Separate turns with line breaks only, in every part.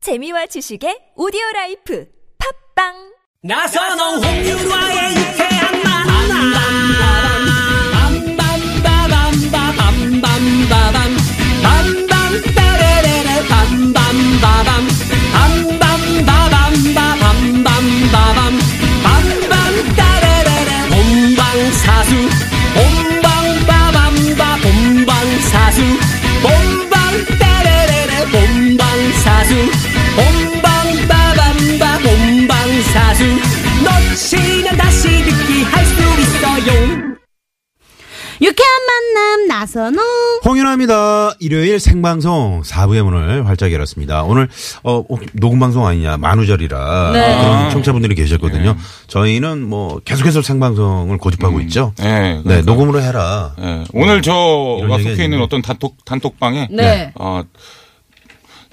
재미와 지식의 오디오 라이프 팝빵
나선홍 홍유라의 유쾌한 만남 빰빰빠밤빠밤빰빰빠밤 빰빰따레레레 빰빰빠밤 빰빰빠밤빠밤빰빰빠밤 빰빰따레레레 본방사수 본방빠밤빠 본방사수 본방따레레레 본방사수 본방빠밤빠 본방사수 놓치면 다시 듣기 할 수 있어요
유쾌한 만남 나선홍
홍윤아입니다. 일요일 생방송 4부의 문을 활짝 열었습니다. 오늘 어, 어, 녹음 방송 아니냐 만우절이라
네.
그런 청취자분들이 계셨거든요. 저희는 뭐 계속해서 생방송을 고집하고 있죠.
네,
네,
그러니까.
녹음으로 해라.
예, 오늘
어, 이런
저가
얘기가
속해 있는
있는데.
어떤 단톡 단톡방에
네.
어,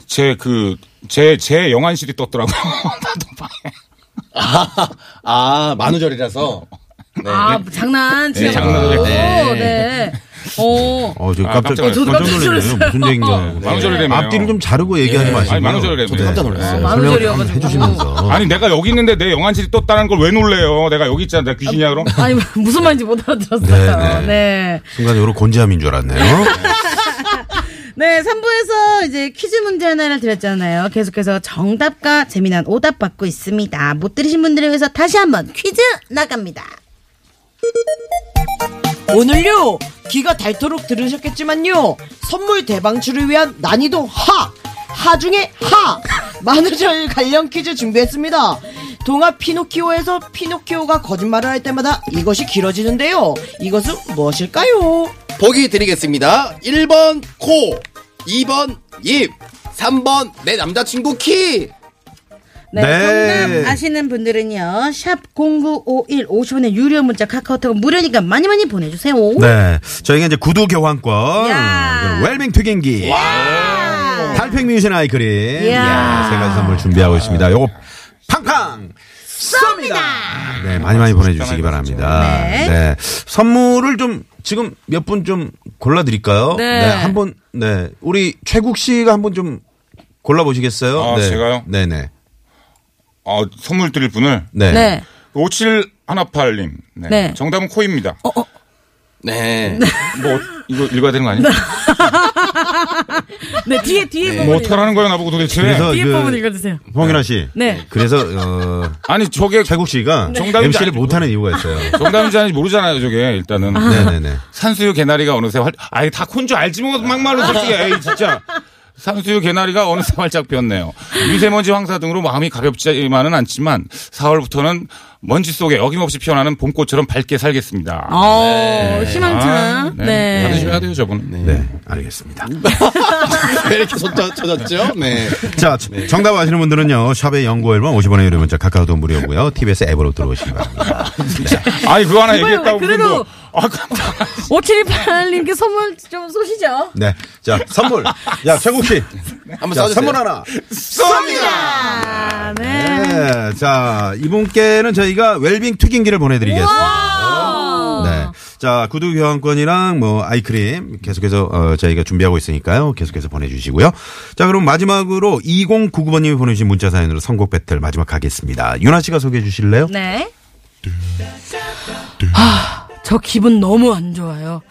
제그 제, 제 영안실이 떴더라고. 단톡방에.
아 만우절이라서
아 장난 진짜 장난 네. 네. 어.
어, 저
아,
깜짝,
깜짝 놀랐어요.
깜짝 놀랐네요.
놀랐어요.
무슨 얘기인가.
만우절이라며.
앞뒤를 좀 자르고 얘기하지 마시고.
아니, 만우절이라며.
저도 깜짝 놀랐어요.
아,
설명을
만우절이어가지고.
해주시면서.
아니 내가 여기 있는데 내 영안실이 떴다는 걸 왜 놀래요? 내가 여기 있잖아. 내가 귀신이야 그럼?
아니 무슨 말인지 못 알아들었어요.
네, 네.
네.
순간적으로 곤지암인 줄 알았네요.
네, 3부에서 이제 퀴즈 문제 하나를 드렸잖아요. 계속해서 정답과 재미난 오답 받고 있습니다. 못 들으신 분들을 위해서 다시 한번 퀴즈 나갑니다.
오늘요 귀가 닳도록 들으셨겠지만요 선물 대방출을 위한 난이도 하 하중에 하 만우절 관련 퀴즈 준비했습니다 동화 피노키오에서 피노키오가 거짓말을 할 때마다 이것이 길어지는데요 이것은 무엇일까요
보기 드리겠습니다 1번 코 2번 입 3번 내 남자친구 키
네,
네.
정답 아시는 분들은요. 샵 0951 50원의 유료 문자 카카오톡 무료니까 많이 많이 보내주세요.
네. 저희가 이제 구두 교환권,
야.
그리고 웰빙 튀김기, 달팽 뮤신 아이크림,
야.
이야, 세 가지 선물 준비하고 있습니다. 요거 팡팡! 쏩니다! 네, 많이 많이 보내주시기 바랍니다.
네.
네. 선물을 좀 지금 몇 분 좀 골라드릴까요?
네.
한 번, 네. 우리 최국 씨가 한 번 좀 골라보시겠어요?
아,
네.
제가요?
네네.
어, 선물 드릴 분을
네.
네.
5718님. 네.
네.
정답은 코입니다.
네
뭐 이거 읽어야 되는 거 아니에요?
네, 뒤에, 뒤에
뭐 어떡하라는 거야 나보고 도대체.
그래서 그,
읽어주세요.
홍인아 씨.
네.
그래서, 어,
아니 저게
최국 씨가
정답인지
MC를
아닌지
못하는 이유가 있어요.
정답인지 아닌지 모르잖아요 저게 일단은.
네네네.
산수유 개나리가 어느새 활, 아니 다 콘줄 알지 뭐 막말로 솔직히 에이 진짜. 산수유 개나리가 어느새 활짝 피었네요. 미세먼지 황사 등으로 마음이 가볍지만은 않지만 4월부터는 먼지 속에 어김없이 피어나는 봄꽃처럼 밝게 살겠습니다.
어, 희망차.
아,
네.
받으셔야 돼요 저분. 네.
네, 알겠습니다.
왜 이렇게 쏟아졌죠 네
자, 정답 아시는 분들은요, 샵의 연구 앨범 50원의 유료 문자 카카오톡 무료고요 TBS 앱으로 들어오시기 바랍니다.
아니 그거 하나
이거요,
얘기했다고
그래도-
무슨 뭐, 아, 깜짝이야.
5728님께 선물 좀 쏘시죠.
네. 자, 선물. 야, 최국 씨.
한번
자,
써주세요
선물 하나.
아, 네.
네. 자, 이분께는 저희가 웰빙 튀김기를 보내드리겠습니다. 네. 자, 구두 교환권이랑 뭐 아이크림 계속해서 어, 저희가 준비하고 있으니까요. 계속해서 보내주시고요. 자, 그럼 마지막으로 2099번님이 보내주신 문자 사연으로 선곡 배틀 마지막 가겠습니다. 윤아 씨가 소개해 주실래요?
네. 아, 저 기분 너무 안 좋아요.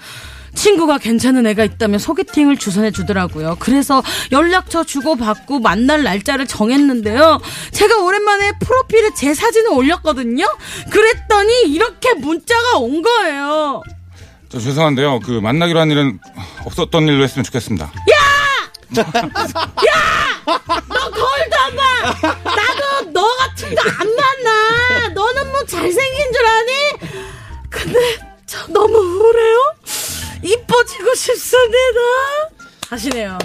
친구가 괜찮은 애가 있다면 소개팅을 주선해 주더라고요. 그래서 연락처 주고받고 만날 날짜를 정했는데요. 제가 오랜만에 프로필에 제 사진을 올렸거든요. 그랬더니 이렇게 문자가 온 거예요.
저 죄송한데요. 그 만나기로 한 일은 없었던 일로 했으면 좋겠습니다.
너 거울도 안 봐! 나도 너 같은 거 안 만나! 너는 뭐 잘생긴 줄 아니? 근데 저 너무 우울해요? 이뻐지고 싶습니다! 하시네요.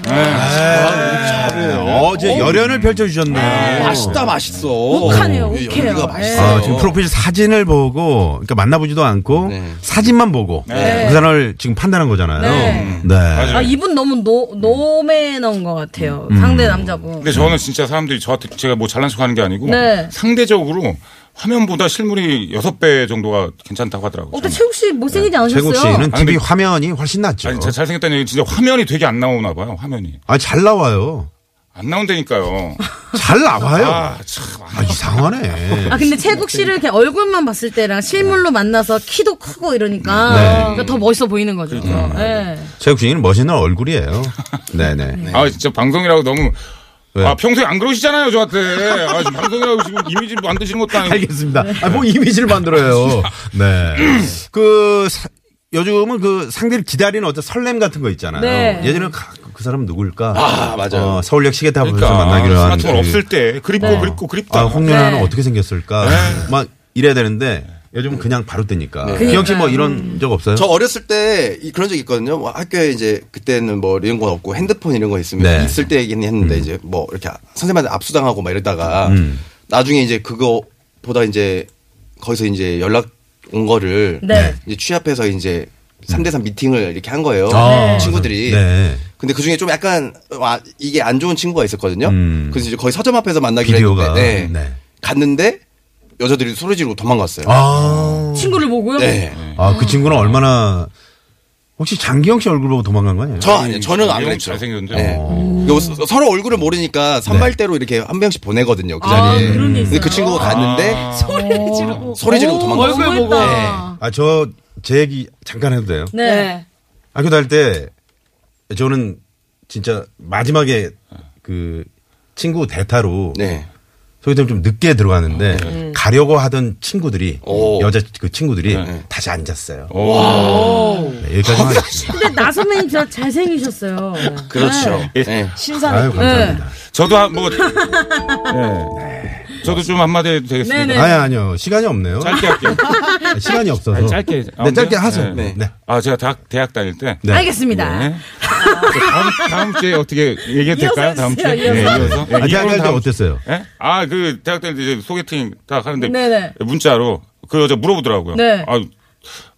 어제 열연을 펼쳐주셨네요.
맛있다 맛있어 예,
욱하네요, 욱해요. 예.
연기가
아,
맛있어
지금 프로필 사진을 보고, 그러니까 만나보지도 않고,
네.
사진만 보고, 그 사람을 지금 판단한 거잖아요.
네.
네. 음.
맞아요.
아, 이분 너무 노, 노매너인 것 같아요. 상대 남자고.
근데 저는 진짜 사람들이 저한테 제가 뭐 잘난 척 하는 게 아니고
네.
상대적으로 화면보다 실물이 여섯 배 정도가 괜찮다고 하더라고요.
어때, 최욱 씨 못생기지 않으셨어요?
네. 최국 씨는
아니,
TV
근데-
화면이 훨씬 낫죠.
아니, 제가 잘생겼다는 얘기 진짜 화면이 되게 안 나오나 봐요, 화면이.
아, 잘 나와요.
안 나온다니까요.
잘 나와요.
아,
아,
참.
이상하네.
아 근데 채국 씨를 이렇게 얼굴만 봤을 때랑 실물로 만나서 키도 크고 이러니까
네. 그렇죠.
그러니까 더 멋있어 보이는 거죠. 네.
최국 씨는 멋있는 얼굴이에요. 네네.
아, 진짜 방송이라고 너무.
왜?
아, 평소에 안 그러시잖아요, 저한테. 아, 지금 방송이라고 지금 이미지 뭐 만드시는 것도 아니고.
알겠습니다.
네.
아, 뭐 이미지를 만들어요. 네. 그 사- 요즘은 그 상대를 기다리는 어떤 설렘 같은 거 있잖아요.
네.
예전에 가- 그 사람은 누굴까?
아, 맞아요.
어, 서울역 시계탑에서
그러니까
만나기로 한.
스마트폰
그-
없을 때 그립고 그립고 그립다.
아, 홍련아는
네.
어떻게 생겼을까?
네.
막 이래야 되는데 요즘은 그냥 바로 뜨니까. 기억 씨뭐 이런 적 없어요?
저 어렸을 때 이- 그런 적 있거든요. 뭐 학교에 이제 그때는 뭐 이런 건 없고 핸드폰 이런 거 있으면
네.
있을 때 얘기는 했는데 이제 뭐 이렇게 선생님한테 압수당하고 막 이러다가
음.
나중에 이제 그거보다 이제 거기서 이제 연락 온 거를
네.
이제 취합해서 이제 3대3 미팅을 이렇게 한 거예요.
아,
친구들이.
네.
근데 그 중에 좀 약간 와, 이게 안 좋은 친구가 있었거든요.
음.
그래서 이제 거의 서점 앞에서 만나기로
비디오가.
했는데 네.
네.
갔는데 여자들이 소리 지르고 도망갔어요.
아,
친구를 보고요.
네.
아, 그 친구는 얼마나 혹시 장기영 씨 얼굴 보고 도망간 거 아니에요?
저 아니에요. 저는 안
이형
그랬죠.
잘생겼는데.
네. 이거 서- 서로 얼굴을 모르니까 선발대로 이렇게 한 명씩 보내거든요. 그
아,
자리에.
그런 게
근데 그
있어요?
친구가 갔는데
네.
아.
소리 지르고
소리 지르고
오,
도망갔어요.
얼굴 보고.
네.
아, 저 제 얘기 잠깐 해도 돼요?
네.
학교 다닐 때 저는 진짜 마지막에 그 친구 대타로
네.
소개팅 좀 늦게
아,
들어갔는데
네.
가려고 하던 친구들이
오.
여자 그 친구들이
네.
다시 앉았어요. 네, 여기까지만 하겠습니다.
근데 나선배님 진짜 잘생기셨어요.
그렇죠.
네.
네.
신사는
아유 감사합니다.
저도 한, 뭐. 네. 저도 좀 한마디 해도 되겠습니다.
네네.
아니 아니요 시간이 없네요.
짧게 할게요.
시간이 없어서
아니, 짧게.
네,
아무튼,
짧게 하세요.
네.
네.
아, 제가 대학, 대학 다닐 때.
네.
알겠습니다.
네. 다음, 다음 주에 어떻게 얘기해도
이어서
될까요? 다음 주에. 네,
해주세요, 이어서.
이어서.
아, 대학
이거는
다닐 때
다음
어땠어요?
예? 아, 그 대학 다닐 때 이제 소개팅 딱 하는데
네네.
문자로 그 여자 물어보더라고요.
네.
아,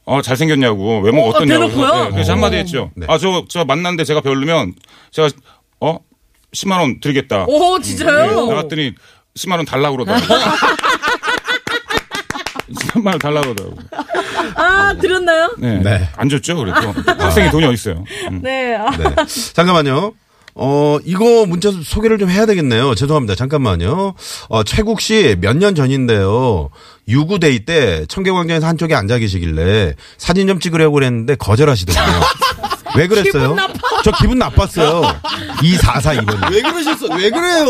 어, 잘생겼냐고 외모
어,
가 어떻냐고.
대놓고요?
그래서, 네, 그래서 한마디 했죠.
네.
아, 저, 저 만났는데 제가 별로면 제가 어? 10만 원 드리겠다.
오
네,
진짜요?
나갔더니 10만 원 달라고 그러더라고요. 10만 원 달라고 그러더라고요.
아 들었나요?
네.
네.
안 줬죠, 그래도. 학생이 돈이 어딨어요. 음.
네. 아,
네. 잠깐만요. 어, 이거 문자 소개를 좀 해야 되겠네요. 죄송합니다. 잠깐만요. 어, 최국 씨 몇 년 전인데요. 유구데이 때 청계광장에서 한쪽에 앉아 계시길래 사진 좀 찍으려고 그랬는데 거절하시더군요. 왜 그랬어요? 저 기분 나빴어요. 2442번님.
왜 그러셨어? 왜 그래요?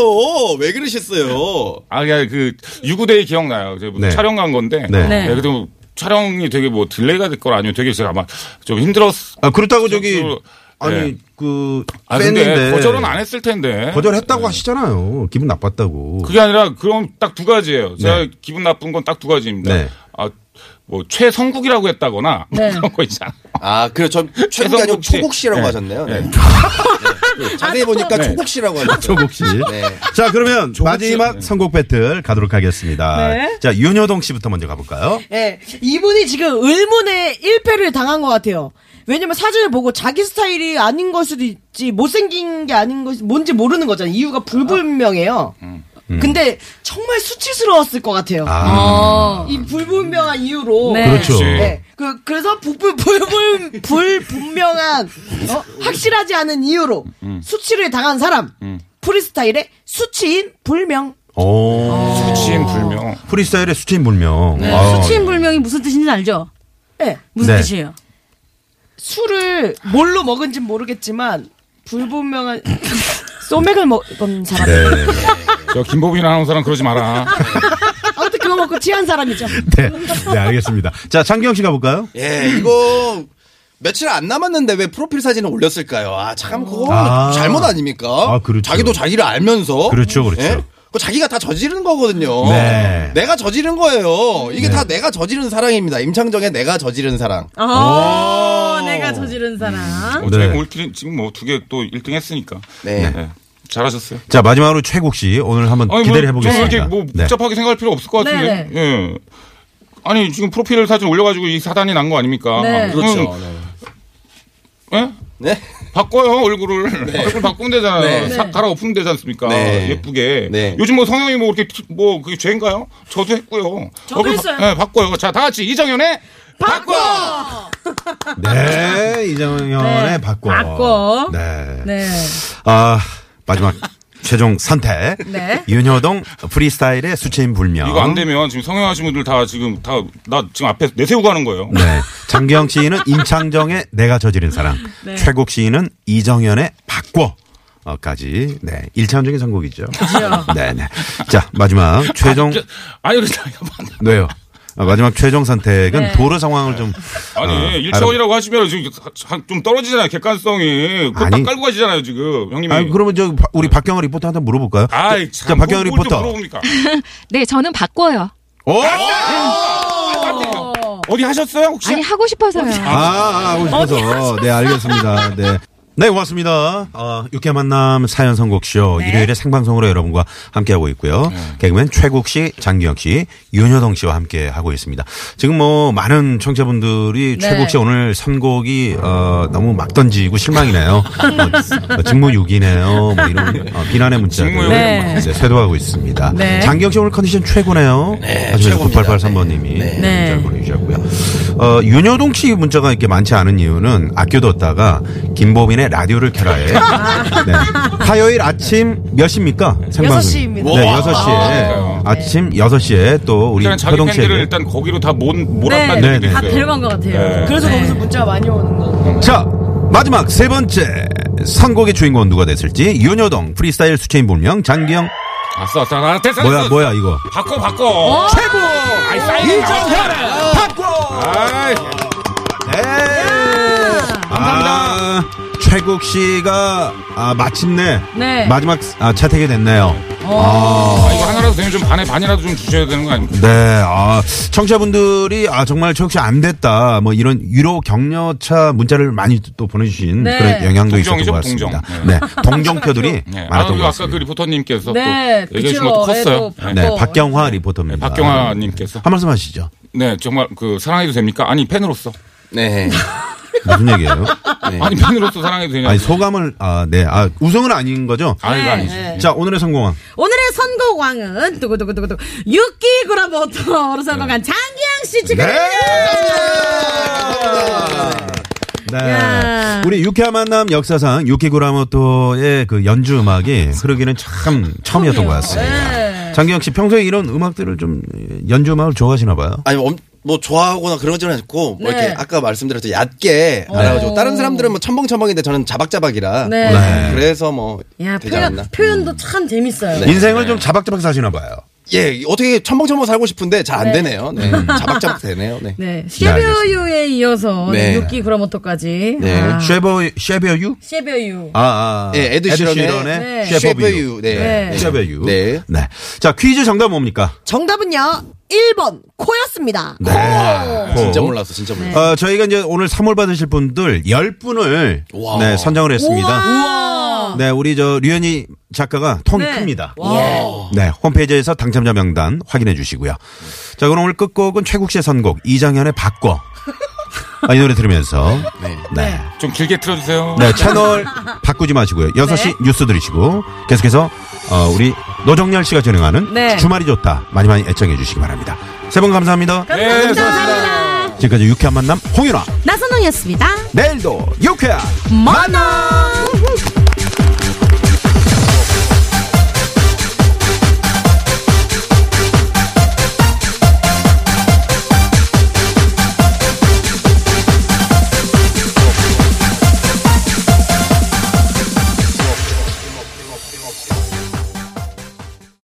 왜 그러셨어요?
아, 예, 그, 유구데이 기억나요. 제가
네.
촬영 간 건데.
네.
예, 그래도 촬영이 되게 뭐 딜레이가 될 건 아니에요. 되게 제가 아마 좀 힘들었.
아, 그렇다고 저기
저,
아니
네.
그
아, 근데
팬인데
거절은 안 했을 텐데.
거절했다고 하시잖아요. 기분 나빴다고.
그게 아니라 그럼 딱 두 가지예요. 제가
네.
기분 나쁜 건 딱 두 가지입니다.
네.
아, 뭐 최성국이라고 했다거나
네.
그런 거 있잖아.
아, 그래. 전 최국이 아니고
최성국 씨.
초국 씨라고
네.
하셨네요.
네.
네. 네. 자세히 보니까
네.
초국 씨라고 하셨어요.
조국 씨.
네.
자, 그러면 마지막 선곡 배틀 가도록 하겠습니다.
네.
자, 윤효동 씨부터 먼저 가볼까요?
예, 이분이 지금 을문에 1패를 당한 것 같아요. 왜냐면 사진을 보고 자기 스타일이 아닌 걸 수도 있지, 못생긴 게 아닌 것, 뭔지 모르는 거잖아요. 이유가 불분명해요.
음.
근데 정말 수치스러웠을 것 같아요.
어.
이 불분명한 이유로.
네.
그렇죠.
네. 그, 그래서 불, 불, 불분명한, 어? 확실하지 않은 이유로
음.
수치를 당한 사람. 프리스타일의 수치인 불명.
오.
수치인 불명.
프리스타일의 수치인 불명. 아.
어. 네. 수치인 불명이 무슨 뜻인지 알죠?
예.
무슨
네.
뜻이에요?
술을 뭘로 먹은지 모르겠지만 불분명한 소맥을 먹은 사람.
네.
저 김보빈 아나운서랑 그러지 마라.
아무튼 그거 먹고 취한 사람이죠.
네. 네, 알겠습니다. 자, 장기영 씨 가볼까요?
예, 이거 며칠 안 남았는데 왜 프로필 사진을 올렸을까요? 아, 참, 그거
아.
잘못 아닙니까?
아, 그렇죠.
자기도 자기를 알면서.
그렇죠, 그렇죠.
그 자기가 다 저지른 거거든요.
네.
내가 저지른 거예요. 이게 다 내가 저지른 사랑입니다. 임창정의 내가 저지른 사랑.
아, 내가 저지른 사람.
어,
네.
저희 골키 지금 뭐 두 개 또 1등 했으니까.
네.
네. 잘하셨어요.
자, 마지막으로 최국 씨 오늘 한번
아니,
기대를
뭐,
해보겠습니다.
저는 이렇게 뭐
네.
복잡하게 생각할 필요 없을 것 같은데.
네네.
예. 아니 지금 프로필 사진 올려가지고 이 사단이 난 거 아닙니까?
네.
그렇죠.
그럼, 예?
음. 네.
바꿔요 얼굴을 얼굴 바꾸면 되잖아요.
네.
사- 갈아엎으면 되지 않습니까?
네.
예쁘게.
네.
요즘 뭐 성형이 뭐 이렇게 튀- 뭐 그게 죄인가요? 저도 했고요.
저도 했어요.
바, 네, 바꿔요. 자 다 같이 이정현의 바꿔.
네, 이정현의
네.
바꿔.
바꿔.
네.
네.
아, 마지막 최종 선택.
네.
윤효동 프리스타일의 수채인 불명.
이거 안 되면 지금 성형하신 분들 다 지금 다 나 지금 앞에 내세우고 하는 거예요.
네. 장경 시인은 임창정의 내가 저지른 사랑. 최국 시인은 이정현의 바꿔. 까지 네 일차원적인 선곡이죠. 네네. 자 마지막 최종
저- 아니 그래서 잠깐만.
네요. 아, 마지막 최종 선택은
네.
도로 상황을 좀 어,
아니 일차원이라고 하시면 지금 가- 좀 떨어지잖아요 객관성이 그걸 딱
아니.
깔고 가시잖아요 지금 형님이.
아니 그러면 저 바- 우리 박경화 리포터한테 물어볼까요?
아이
자,
참.
박경화
뭘- 뭘또
리포터.
물어봅니까?
네, 저는 바꿔요.
오!
아!
어.
어디 하셨어요 혹시?
아니 하고
뭐,
싶어서요.
아, 아, 오셔서네 알겠습니다. 네. 네, 고맙습니다. 어, 6회 만남 사연 선곡쇼. 일요일에 생방송으로 여러분과 함께하고 있고요. 개그맨 최국 씨, 장기영 씨, 윤효동 씨와 함께하고 있습니다. 지금 뭐, 많은 청취자분들이
네.
최국 씨 오늘 선곡이, 어, 너무 막 던지고 실망이네요. 어, 어, 직무유기네요. 뭐 이런 어, 비난의 문자들.
직무유기.
네.
이제 쇄도하고 있습니다.
네.
장기영 씨 오늘 컨디션 최고네요. 네. 하시면서 9883번님이.
네.
문자를 보내주셨고요. 어, 윤여동 씨 문자가 이렇게 많지 않은 이유는 아껴뒀다가 김보빈의 라디오를 켜라에 네. 화요일 아침 몇 시입니까? 생방송.
여섯 시입니다.
네,
와.
6시에.
아,
아침 6시에 또 우리
일단 자기
효동
팬들을
씨에게.
일단 거기로 다 몰,
네,
몰았다는
네,
얘기도
네.
다
있어요.
데려간 것 같아요.
네.
그래서
네.
거기서 문자가 많이 오는 거.
자, 마지막 세 번째. 선곡의 주인공은 누가 됐을지 윤여동 프리스타일 수채인 불명 장기영
아싸 아싸 아, 됐어
뭐야
됐어.
뭐야 이거
바꿔 바꿔
어.
최고 아이 사인 인정해라 바꿔 아이
네. 감사합니다. 최국 씨가 아, 마침내
네.
마지막 아, 채택이 됐네요.
아, 이거 하나라도 되면 좀 반에 반이라도 좀 주셔야 되는 거 아닙니까
네, 아, 청취자분들이, 아, 정말 최국 씨 안 됐다. 뭐 이런 유료 격려차 문자를 많이 또 보내주신
네.
그런 영향도 있었던
동정이죠,
것 같습니다.
동정.
네, 동정표들이
네.
많았던
아, 그리고
것
아까 그
같습니다.
리포터님께서
네,
또 얘기해 주신
그쵸.
것도 컸어요
네, 또
네.
네, 박경화 리포터입니다. 아,
네, 박경화님께서
한 말씀 하시죠.
네 정말 그 사랑해도 됩니까 아니 팬으로서
네.
무슨 얘기예요?
아니 팬으로서 사랑해도 되냐
아니, 소감을, 아, 네, 아, 우승은 아닌 거죠?
네. 아니
네,
이거 아니지
네.
자, 오늘의 성공한.
오늘의 선곡왕은 두구두구두구두 6기그라 버터로 선곡한 장기양 씨
네!
축하드립니다. 야.
네. 우리 유쾌한 만남 역사상 유키 구라모토의 그 연주 음악이 흐르기는 참 처음이었던 것 같습니다.
네.
장기영 씨 평소에 이런 음악들을 좀 연주 음악을 좋아하시나 봐요.
아니 엄- 뭐 좋아하거나 그런 건 않고 뭐
네.
이렇게 아까 말씀드렸죠 얕게 알아가지고 다른 사람들은 뭐 첨벙첨벙인데 저는 자박자박이라
네.
네.
그래서 뭐
야,
되지
표현,
않나 음. 네.
표현도 참 재밌어요.
인생을
네.
좀 자박자박 사시나 봐요.
예 어떻게 첨벙첨벙 살고 싶은데 잘 안 되네요 네. 자박자박 되네요 네.
네. 쉐베어유에 이어서
네.
6기 그라모토까지.
네.
아,
쉐버 쉐베유?
쉐베어유.
아, 아,
예, 에드 시런의
네.
쉐버유.
쉐베유 네.
쉐베유.
네.
네. 자, 퀴즈 정답 뭡니까?
정답은요. 1번 코였습니다.
네. 코.
진짜 몰랐어 진짜 몰랐어
어, 저희가 이제 오늘 선물 받으실 분들 10분을
와.
네, 선정을 했습니다.
우와.
네, 우리 저 류현희 작가가 통이
네.
큽니다. 네, 홈페이지에서 당첨자 명단 확인해 주시고요. 자, 그럼 오늘 끝곡은 최국 씨의 선곡 이장현의 바꿔. 아, 이 노래 들으면서 네. 네.
좀 길게 틀어주세요
채널 바꾸지 마시고요. 6시 뉴스 들으시고 계속해서 어, 우리 노정열 씨가 진행하는
네.
주말이 좋다. 많이 많이 애청해 주시기 바랍니다. 세 분 감사합니다.
네 수고하셨습니다.
지금까지 유쾌한 만남 홍윤아.
나선홍이었습니다.
내일도 유쾌한
만나!